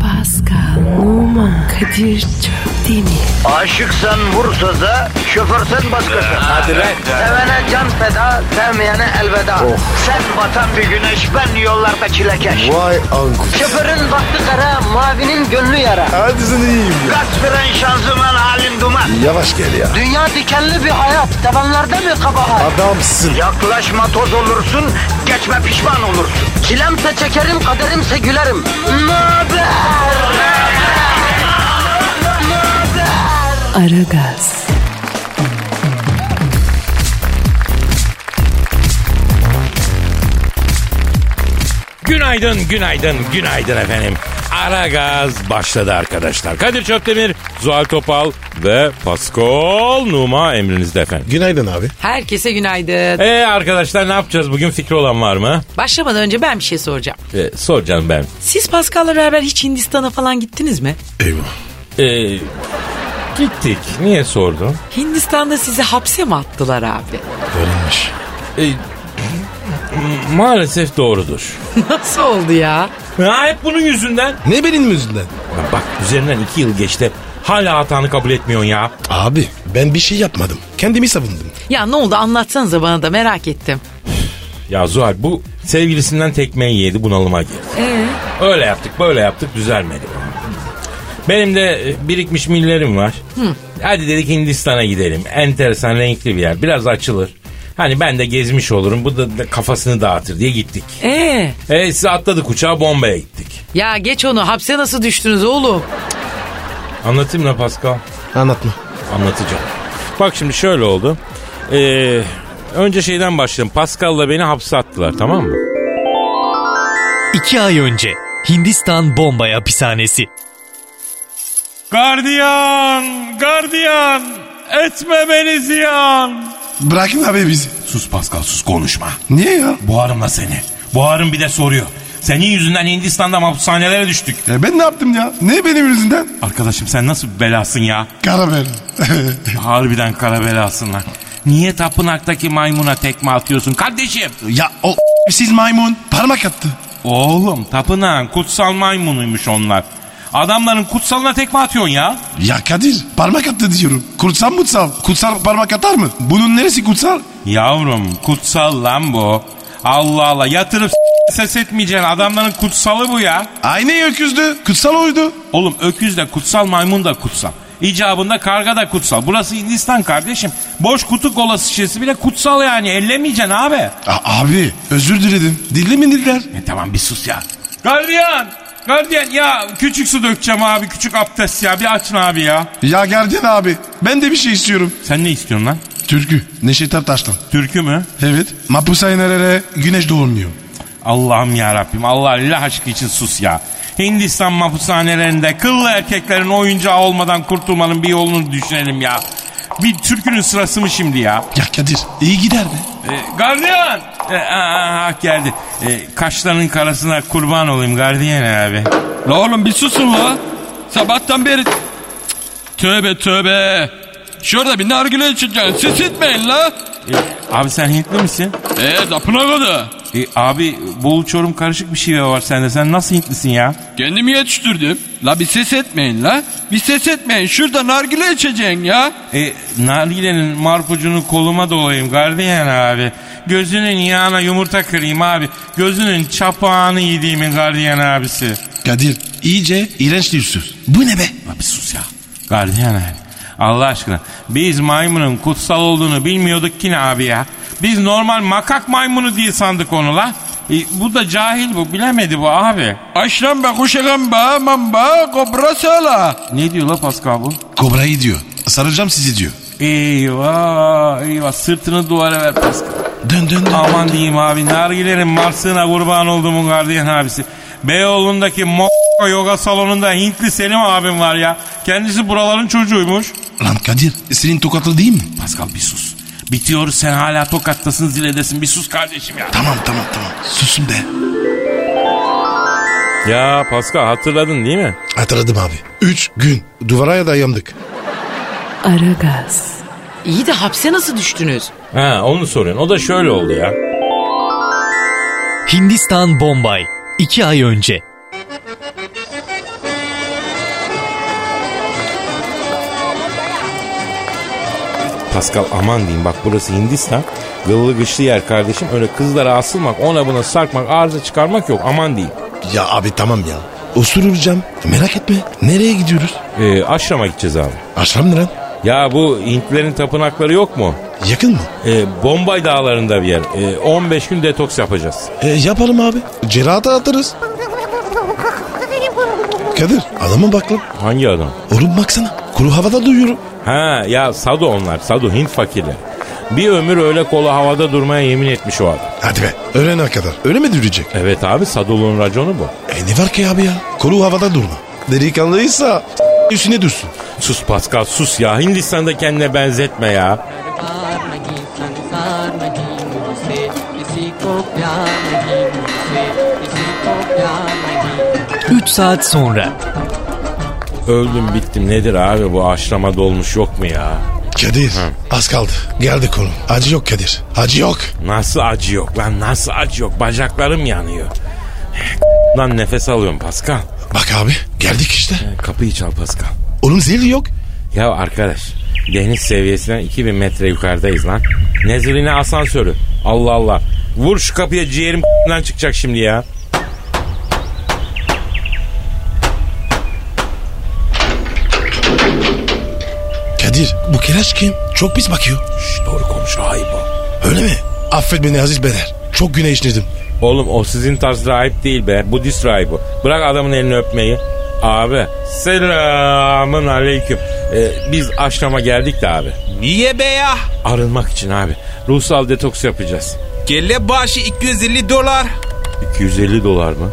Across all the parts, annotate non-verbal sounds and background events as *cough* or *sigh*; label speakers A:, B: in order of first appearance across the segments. A: Pascal, Oman, Kadir çok değil mi?
B: Aşıksan vursa da şoförsen başkasın. Hadi
C: lan.
B: Sevene can feda, sevmeyene elveda. Sen batan bir güneş, ben yollarda çilekeş.
C: Vay anku.
B: Şoförün baktı kara, mavinin gönlü yara.
C: Hadi sen iyiyim ya.
B: Kasperen şanzıman halin duman.
C: Yavaş gel ya.
B: Dünya dikenli bir hayat, sevenlerde mi kabahar?
C: Adamsın.
B: Yaklaşma toz olursun, geçme pişman olursun. Çilemse çekerim, kaderimse gülerim. Möber!
A: Aragaz,
D: Günaydın, günaydın, günaydın efendim. Ara gaz başladı arkadaşlar. Kadir Çöptemir, Zuhal Topal ve Pascal Numa emrinizde efendim.
C: Günaydın abi.
E: Herkese günaydın.
D: Ee arkadaşlar ne yapacağız bugün fikri olan var mı?
E: Başlamadan önce ben bir şey soracağım.
D: Ee, sor canım ben.
E: Siz Pascal'la beraber hiç Hindistan'a falan gittiniz mi?
C: Eyvah.
D: Ee, gittik. Niye sordun?
E: Hindistan'da sizi hapse mi attılar abi? *laughs*
C: Öyleymiş.
D: Ee, m- maalesef doğrudur.
E: Nasıl oldu ya?
D: Ha, hep bunun yüzünden.
C: Ne benim yüzünden?
D: Ya bak üzerinden iki yıl geçti. Hala hatanı kabul etmiyorsun ya.
C: Abi ben bir şey yapmadım. Kendimi savundum.
E: Ya ne oldu anlatsanıza bana da merak ettim.
D: Ya Zuhal bu sevgilisinden tekmeyi yedi bunalıma girdi.
E: Ee?
D: Öyle yaptık böyle yaptık düzelmedi. Benim de e, birikmiş millerim var. Hadi dedik Hindistan'a gidelim. Enteresan renkli bir yer. Biraz açılır. Hani ben de gezmiş olurum. Bu da, da kafasını dağıtır diye gittik.
E: Ee?
D: E size atladık uçağa Bombay'a gittik.
E: Ya geç onu hapse nasıl düştünüz oğlum?
D: Anlatayım mı Pascal?
C: Anlatma.
D: Anlatacağım. Bak şimdi şöyle oldu. Ee, önce şeyden başlayalım. Pascal'la beni hapse attılar tamam mı?
F: İki ay önce Hindistan Bombay Hapishanesi.
D: Gardiyan! Gardiyan! Etme beni ziyan!
C: Bırakın abi bizi.
D: Sus Pascal sus konuşma.
C: Niye ya?
D: Buharımla seni. Buharım bir de soruyor. Senin yüzünden Hindistan'da hapishanelere düştük.
C: E ben ne yaptım ya? Ne benim yüzünden?
D: Arkadaşım sen nasıl bir belasın ya?
C: Karamel.
D: Harbiden kara belasın lan. Niye tapınaktaki maymuna tekme atıyorsun kardeşim?
C: *laughs* ya o siz maymun parmak attı.
D: Oğlum tapınağın kutsal maymunuymuş onlar. Adamların kutsalına tekme atıyorsun ya.
C: Ya Kadir parmak attı diyorum. Kutsal mutsal. Kutsal parmak atar mı? Bunun neresi kutsal?
D: Yavrum kutsal lan bu. Allah Allah yatırıp s- ses etmeyeceksin adamların kutsalı bu ya.
C: Aynı öküzdü. Kutsal oydu.
D: Oğlum öküz de kutsal maymun da kutsal. İcabında karga da kutsal. Burası Hindistan kardeşim. Boş kutu kola şişesi bile kutsal yani. Ellemeyeceksin abi.
C: A- abi özür diledim. Dilli mi diller?
D: E tamam bir sus ya. Gardiyan! Gardiyan ya küçük su dökeceğim abi. Küçük abdest ya. Bir açın abi ya.
G: Ya Gerden abi ben de bir şey istiyorum.
D: Sen ne istiyorsun lan?
G: Türkü Neşet Ertaş'tan.
D: Türkü mü?
G: Evet. Mapusa inerere güneş doğmuyor.
D: Allah'ım ya Rabbim. Allah Allah aşkı için sus ya. Hindistan mahpushanelerinde kıllı erkeklerin oyuncağı olmadan kurtulmanın bir yolunu düşünelim ya. Bir türkünün sırası mı şimdi ya?
G: Ya Kadir iyi gider be.
D: E, gardiyan! E, aa, aa, geldi. E, kaşlarının karasına kurban olayım gardiyan abi.
H: La oğlum bir susun la. Sabahtan beri... Cık, Tövbe tövbe. Şurada bir nargile içeceksin. Sis etmeyin la.
D: E, abi sen Hintli misin?
H: Eee tapınak o da.
D: E, abi Bolu Çorum karışık bir şey var sende. Sen nasıl Hintlisin ya?
H: Kendimi yetiştirdim. La bir ses etmeyin la. Bir ses etmeyin. Şurada nargile içeceksin ya.
D: E, nargilenin marpucunu koluma dolayım gardiyan abi. Gözünün yağına yumurta kırayım abi. Gözünün çapağını yediğimin gardiyan abisi.
G: Kadir iyice iğrenç diyorsun. Bu ne be?
D: Abi sus ya. Gardiyan abi. Allah aşkına. Biz maymunun kutsal olduğunu bilmiyorduk ki ne abi ya. Biz normal makak maymunu diye sandık onu la. E, bu da cahil bu. Bilemedi bu abi.
H: Aşramba kuşagamba mamba kobra sala.
D: Ne diyor la Pascal bu?
G: Kobra'yı diyor. Saracağım sizi diyor.
D: Eyvah eyvah. Sırtını duvara ver Pascal.
G: Dön dön dön.
D: Aman diyeyim abi. Nargilerin marsığına kurban olduğumun gardiyan abisi. Beyoğlu'ndaki mo yoga salonunda Hintli Selim abim var ya. Kendisi buraların çocuğuymuş.
G: Lan Kadir e, senin tokatlı değil mi?
D: Pascal bir sus. Bitiyoruz sen hala tokattasın ziledesin bir sus kardeşim ya.
G: Tamam tamam tamam. Susun be.
D: Ya Pascal hatırladın değil mi?
C: Hatırladım abi. Üç gün duvara dayandık.
A: Aragaz,
E: İyi de hapse nasıl düştünüz?
D: Ha onu soruyorsun o da şöyle oldu ya.
F: Hindistan Bombay. İki ay önce.
D: Pascal aman diyeyim bak burası Hindistan. Gıllı gışlı yer kardeşim. Öyle kızlara asılmak, ona buna sarkmak, arıza çıkarmak yok. Aman diyeyim.
C: Ya abi tamam ya. Osuracağım. Merak etme. Nereye gidiyoruz?
D: Ee, aşrama gideceğiz abi.
C: Aşram neren?
D: Ya bu Hintlerin tapınakları yok mu?
C: Yakın mı?
D: Ee, Bombay dağlarında bir yer. Ee, 15 gün detoks yapacağız.
C: E, yapalım abi. Cerahata atarız. Kadir adama bak lan.
D: Hangi adam?
C: Oğlum baksana. Kuru havada duyuyorum.
D: Ha ya Sadu onlar. Sadu Hint fakirleri. Bir ömür öyle kolu havada durmaya yemin etmiş o adam.
C: Hadi be. Öğlene kadar. Öyle mi dürecek?
D: Evet abi Sadu'nun raconu bu.
C: E ne var ki abi ya? Kuru havada durma. Delikanlıysa s- üstüne düşsün.
D: Sus Pascal sus ya. Hindistan'da kendine benzetme ya.
I: प्यार नहीं संसार नहीं मुझसे किसी को प्यार नहीं मुझसे किसी को प्यार नहीं
F: 3 saat sonra.
D: Öldüm bittim nedir abi bu aşrama dolmuş yok mu ya?
C: Kadir az kaldı. Geldik oğlum. Acı yok Kadir. Acı yok.
D: Nasıl acı yok lan nasıl acı yok bacaklarım yanıyor. *laughs* lan nefes alıyorum Pascal.
C: Bak abi geldik işte.
D: Kapıyı çal Pascal.
C: Oğlum zil yok.
D: Ya arkadaş deniz seviyesinden 2000 metre yukarıdayız lan. Nezirine asansörü. Allah Allah. Vur şu kapıya ciğerim *laughs* lan çıkacak şimdi ya.
C: Kadir bu kireç kim? Çok pis bakıyor.
D: Şş, doğru komşu ayıp o.
C: Öyle mi? Affet beni Aziz Beder. Çok güneşledim.
D: Oğlum o sizin tarz rahip değil be. Budist rahip o. Bırak adamın elini öpmeyi. Abi selamın aleyküm. Ee, biz aşrama geldik de abi.
J: Niye be ya?
D: Arınmak için abi. Ruhsal detoks yapacağız.
J: Kelle başı 250 dolar.
D: 250 dolar mı?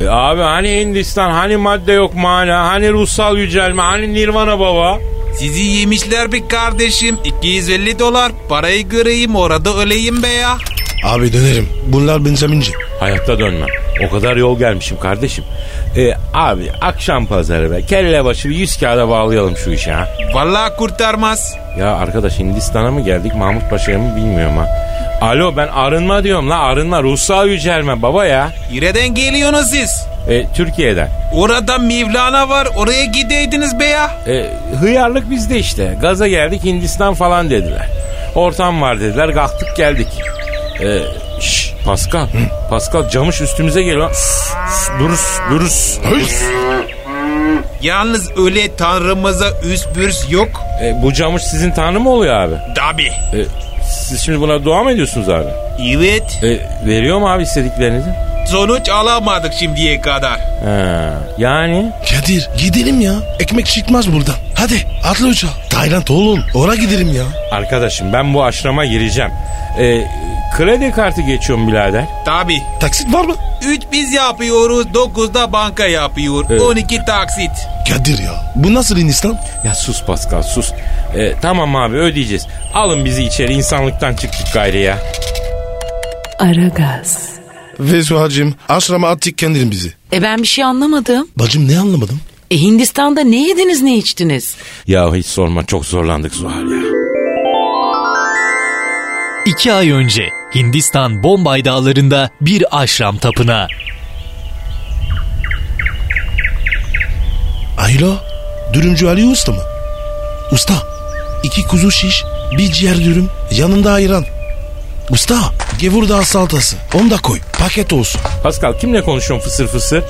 D: E abi hani Hindistan, hani madde yok mana, hani ruhsal yücelme, hani nirvana baba.
J: Sizi yemişler bir kardeşim. 250 dolar. Parayı göreyim orada öleyim be ya.
C: Abi dönerim. Bunlar Benjamin'ci.
D: Hayatta dönmem. O kadar yol gelmişim kardeşim. E, abi akşam pazarı be. Kelle başı bir yüz kağıda bağlayalım şu işe ha.
J: Vallahi kurtarmaz.
D: Ya arkadaş Hindistan'a mı geldik Mahmut Paşa'ya mı bilmiyorum ha. Alo ben arınma diyorum la arınma ruhsal yücelme baba ya.
J: Nereden geliyorsunuz siz?
D: E, Türkiye'den.
J: Orada Mevlana var oraya gideydiniz be ya.
D: E, hıyarlık bizde işte. Gaza geldik Hindistan falan dediler. Ortam var dediler. Kalktık geldik. E, şş, Pascal. Pascal camış üstümüze geliyor. Durus, durus.
J: Yalnız öyle tanrımıza üst bürs yok.
D: E, bu camış sizin tanrı mı oluyor abi?
J: Tabi.
D: E, siz şimdi buna dua mı ediyorsunuz abi?
J: Evet.
D: E, veriyor mu abi istediklerinizi?
J: Sonuç alamadık şimdiye kadar.
D: Ha, yani
C: Kadir gidelim ya. Ekmek çıkmaz buradan. Hadi atla uçağa. Tayland oğlum. Oraya gidelim ya.
D: arkadaşım ben bu aşrama gireceğim. E, kredi kartı geçiyorum birader.
J: Tabi.
C: Taksit var mı?
J: 3 biz yapıyoruz 9'da banka yapıyor.
D: Evet.
J: 12 taksit.
C: Kadir ya. Bu nasıl Hindistan?
D: Ya sus Pascal sus. E, tamam abi ödeyeceğiz. Alın bizi içeri insanlıktan çıktık gayri ya.
A: Aragaz,
C: Ve Suha'cığım aşrama attık kendin bizi.
E: E ben bir şey anlamadım.
C: Bacım ne anlamadım?
E: E Hindistan'da ne yediniz ne içtiniz?
D: Ya hiç sorma çok zorlandık Zuhal ya.
F: 2 ay önce Hindistan Bombay dağlarında bir aşram tapınağı.
C: Ayla. Dürümcü Ali Usta mı? Usta. iki kuzu şiş, bir ciğer dürüm, yanında ayran. Usta, gevur dağ salatası. Onu da koy. Paket olsun.
D: Pascal kimle konuşuyorsun fısır fısır?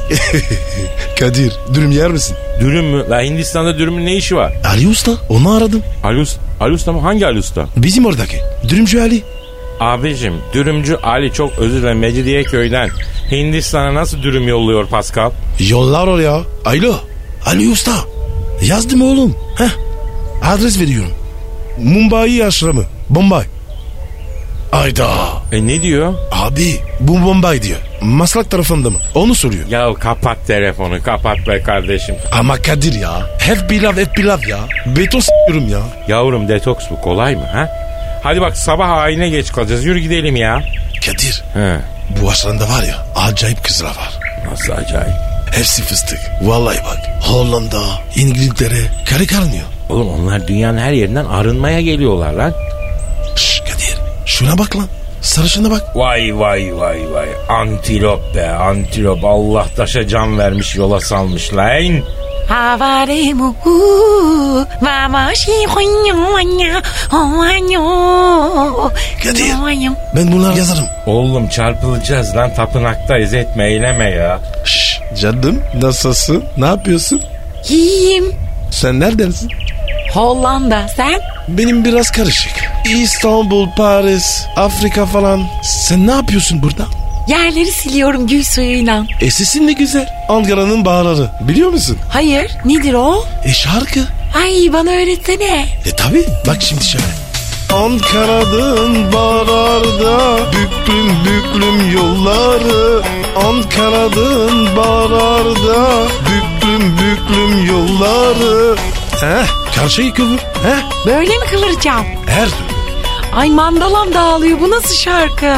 C: *laughs* Kadir, dürüm yer misin?
D: Dürüm mü? La Hindistan'da dürümün ne işi var?
C: Ali Usta, onu aradım.
D: Ali Usta, Ali Usta mı? Hangi Ali Usta?
C: Bizim oradaki. Dürümcü Ali.
D: Abicim dürümcü Ali çok özür dilerim Mecidiye köyden. Hindistan'a nasıl dürüm yolluyor Pascal?
C: Yollar oraya. Alo. Ali Usta. Yazdım oğlum. Heh. Adres veriyorum. Mumbai aşramı. Bombay. Ayda.
D: E ne diyor?
C: Abi bu Bombay diyor. Maslak tarafında mı? Onu soruyor.
D: Ya kapat telefonu kapat be kardeşim.
C: Ama Kadir ya. Hep pilav hep pilav ya. Beton s**yorum ya.
D: Yavrum detoks bu kolay mı ha? Hadi bak sabah haline geç kalacağız yürü gidelim ya.
C: Kadir
D: He.
C: bu aşramda var ya acayip kızlar var.
D: Nasıl acayip.
C: Hepsi fıstık. Vallahi bak Hollanda, İngiltere karı karnıyor.
D: Oğlum onlar dünyanın her yerinden arınmaya geliyorlar lan.
C: Şş Kadir şuna bak lan. Sarışına bak.
D: Vay vay vay vay. Antilop be antilop. Allah taşa can vermiş yola salmış lan.
E: Havare mu hu, mama shi huyu anya, huanyo.
C: Kadir.
E: Huanyo.
C: Ben bunları yazarım.
D: Oğlum çarpılacağız lan tapınaktayız etme eyleme ya.
C: Şşş canım nasılsın? Ne yapıyorsun?
E: Yiyeyim.
C: Sen neredensin?
E: Hollanda sen?
C: Benim biraz karışık. İstanbul, Paris, Afrika falan. Sen ne yapıyorsun burada?
E: Yerleri siliyorum gül suyuyla.
C: E sesin ne güzel. Ankara'nın bağları. Biliyor musun?
E: Hayır nedir o?
C: E şarkı.
E: Ay bana öğretsene.
C: E tabi. Bak şimdi şöyle. Ankara'nın bağlarda büklüm büklüm yolları Ankara'nın bağlarda büklüm büklüm yolları Heh karşıyı kıvır heh
E: Böyle mi kıvıracağım?
C: her türlü
E: Ay mandalam dağılıyor bu nasıl şarkı?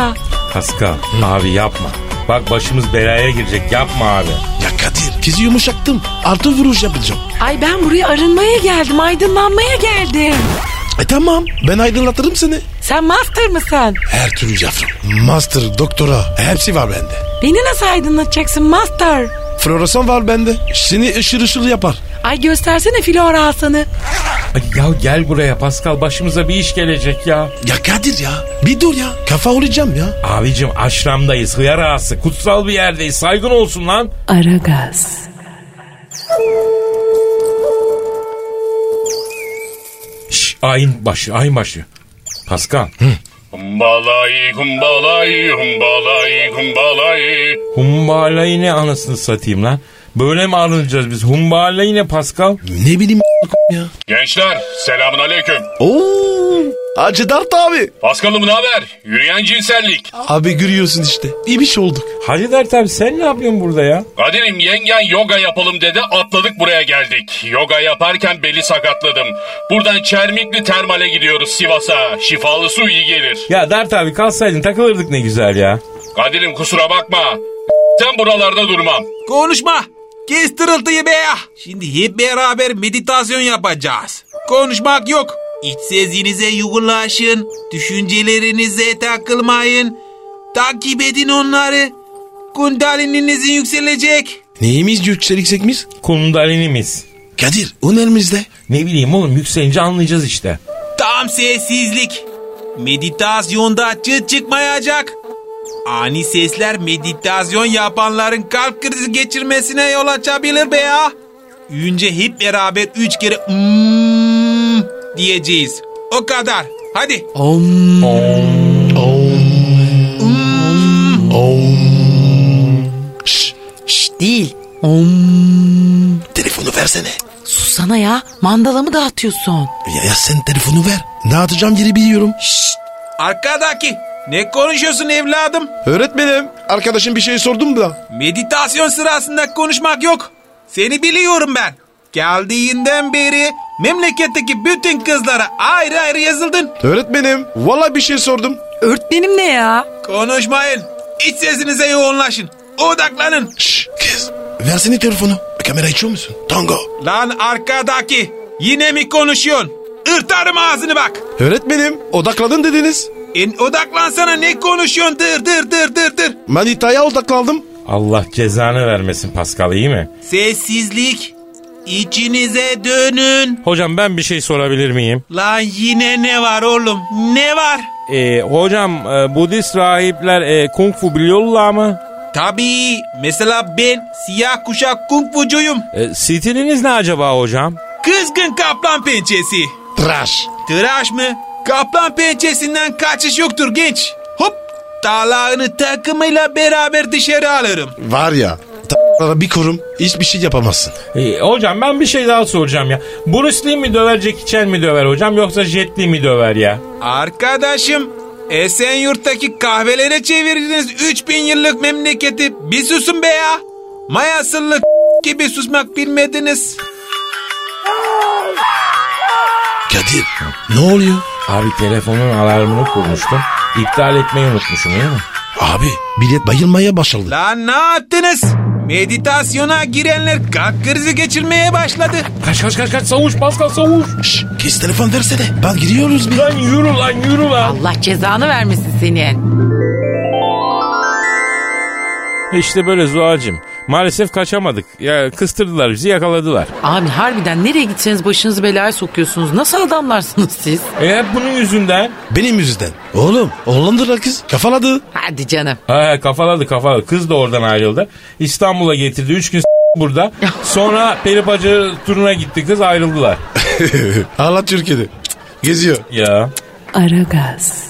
D: Pascal abi yapma. Bak başımız belaya girecek yapma abi.
C: Ya Kadir kızı yumuşattım artı vuruş yapacağım
E: Ay ben buraya arınmaya geldim aydınlanmaya geldim.
C: E tamam ben aydınlatırım seni
E: Sen master mısın?
C: Her türlü yavrum master doktora hepsi var bende
E: Beni nasıl aydınlatacaksın master?
C: Floresan var bende seni ışır ışır yapar
E: Ay göstersene Flora Hasan'ı.
D: Ay ya gel buraya Pascal başımıza bir iş gelecek ya.
C: Ya Kadir ya bir dur ya kafa olacağım ya
D: Abicim aşramdayız hıyar ağası kutsal bir yerdeyiz saygın olsun lan.
A: Aragaz,
D: Şş, ayın başı ayın başı. Pascal.
H: Humbalay, humbalay, humbalay, humbalay.
D: Humbalayı ne anasını satayım lan. Böyle mi arınacağız biz? Humbalayı ne Pascal?
C: Ne bileyim ya
H: Gençler, selamun aleyküm.
C: Oo, Hacı Dert abi.
H: Paskal'ım ne haber? Yürüyen cinsellik.
C: Abi görüyorsun işte. İyi bir şey olduk.
D: Hacı Dert abi sen ne yapıyorsun burada ya?
H: Kadir'im yengen yoga yapalım dedi atladık buraya geldik. Yoga yaparken beli sakatladım. Buradan Çermikli Termal'e gidiyoruz Sivas'a. Şifalı su iyi gelir.
D: Ya Dert abi kalsaydın takılırdık ne güzel ya.
H: Kadir'im kusura bakma. Sen buralarda durmam.
J: Konuşma. Kes tırıltıyı be. Şimdi hep beraber meditasyon yapacağız. Konuşmak yok. İç sezinize yugulaşın. Düşüncelerinize takılmayın. Takip edin onları. Kundalininizi yükselecek.
C: Neyimiz yükselik miyiz?
D: Kundalinimiz.
C: Kadir önerimizde.
D: Ne bileyim oğlum yükselince anlayacağız işte.
J: Tam sessizlik. Meditasyonda çıt çıkmayacak. Ani sesler meditasyon yapanların kalp krizi geçirmesine yol açabilir be ya. Önce hep beraber üç kere "Mm" diyeceğiz. O kadar. Hadi.
E: Değil.
C: Telefonu versene.
E: Susana ya mandalamı dağıtıyorsun.
C: Ya, ya sen telefonu ver. Dağıtacağım yeri biliyorum.
J: Arkadaki. Ne konuşuyorsun evladım?
C: Öğretmenim. Arkadaşım bir şey sordum da.
J: Meditasyon sırasında konuşmak yok. Seni biliyorum ben. Geldiğinden beri memleketteki bütün kızlara ayrı ayrı yazıldın.
C: Öğretmenim. Valla bir şey sordum.
E: Örtmenim ne ya?
J: Konuşmayın. İç sesinize yoğunlaşın. Odaklanın.
C: Şşş kız. Versene telefonu. Kamera açıyor musun? Tango.
J: Lan arkadaki. Yine mi konuşuyorsun? Irtarım ağzını bak.
C: Öğretmenim. Odakladın dediniz.
J: En odaklansana ne konuşuyorsun? Dır dır dır dır dır.
C: Manitaya odaklandım.
D: Allah cezanı vermesin Pascal iyi mi?
J: Sessizlik. İçinize dönün.
D: Hocam ben bir şey sorabilir miyim?
J: Lan yine ne var oğlum? Ne var?
D: Ee, hocam e, Budist rahipler e, kung fu biliyorlar mı?
J: Tabii. Mesela ben siyah kuşak kung fucuyum.
D: E, stiliniz ne acaba hocam?
J: Kızgın kaplan pençesi.
C: Trash.
J: Tıraş mı? Kaplan pençesinden kaçış yoktur genç. Hop! Talağını takımıyla beraber dışarı alırım.
C: Var ya. Ta- bir korum. Hiçbir şey yapamazsın.
D: E, hocam ben bir şey daha soracağım ya. Bruce Lee mi döver Jackie Chan mi döver hocam yoksa Jet Li mi döver ya?
J: Arkadaşım Esenyurt'taki kahvelere çevirdiğiniz 3000 yıllık memleketi bir susun be ya. Mayasıllık gibi susmak bilmediniz.
C: Kadir. Ne oluyor?
D: Abi telefonun alarmını kurmuştum. İptal etmeyi unutmuşum değil mi?
C: Abi bilet bayılmaya başladı.
J: Lan ne yaptınız? Meditasyona girenler kalp krizi geçirmeye başladı.
D: Kaç kaç kaç kaç savuş Pascal savuş.
C: Şşş kız telefon versene. Ben giriyoruz bir.
D: Lan yürü lan yürü lan.
E: Allah cezanı vermesin senin.
D: İşte E böyle Zuhal'cim. Maalesef kaçamadık. Ya kıstırdılar bizi yakaladılar.
E: Abi harbiden nereye gitseniz başınızı belaya sokuyorsunuz. Nasıl adamlarsınız siz?
D: E hep bunun yüzünden.
C: Benim yüzden. Oğlum Hollandalı kız kafaladı.
E: Hadi canım.
D: Ha, kafaladı kafaladı. Kız da oradan ayrıldı. İstanbul'a getirdi. Üç gün s- burada. Sonra Peripacı turuna gitti kız ayrıldılar.
C: Ağlat Türkiye'de. Geziyor.
D: Ya.
A: Aragaz.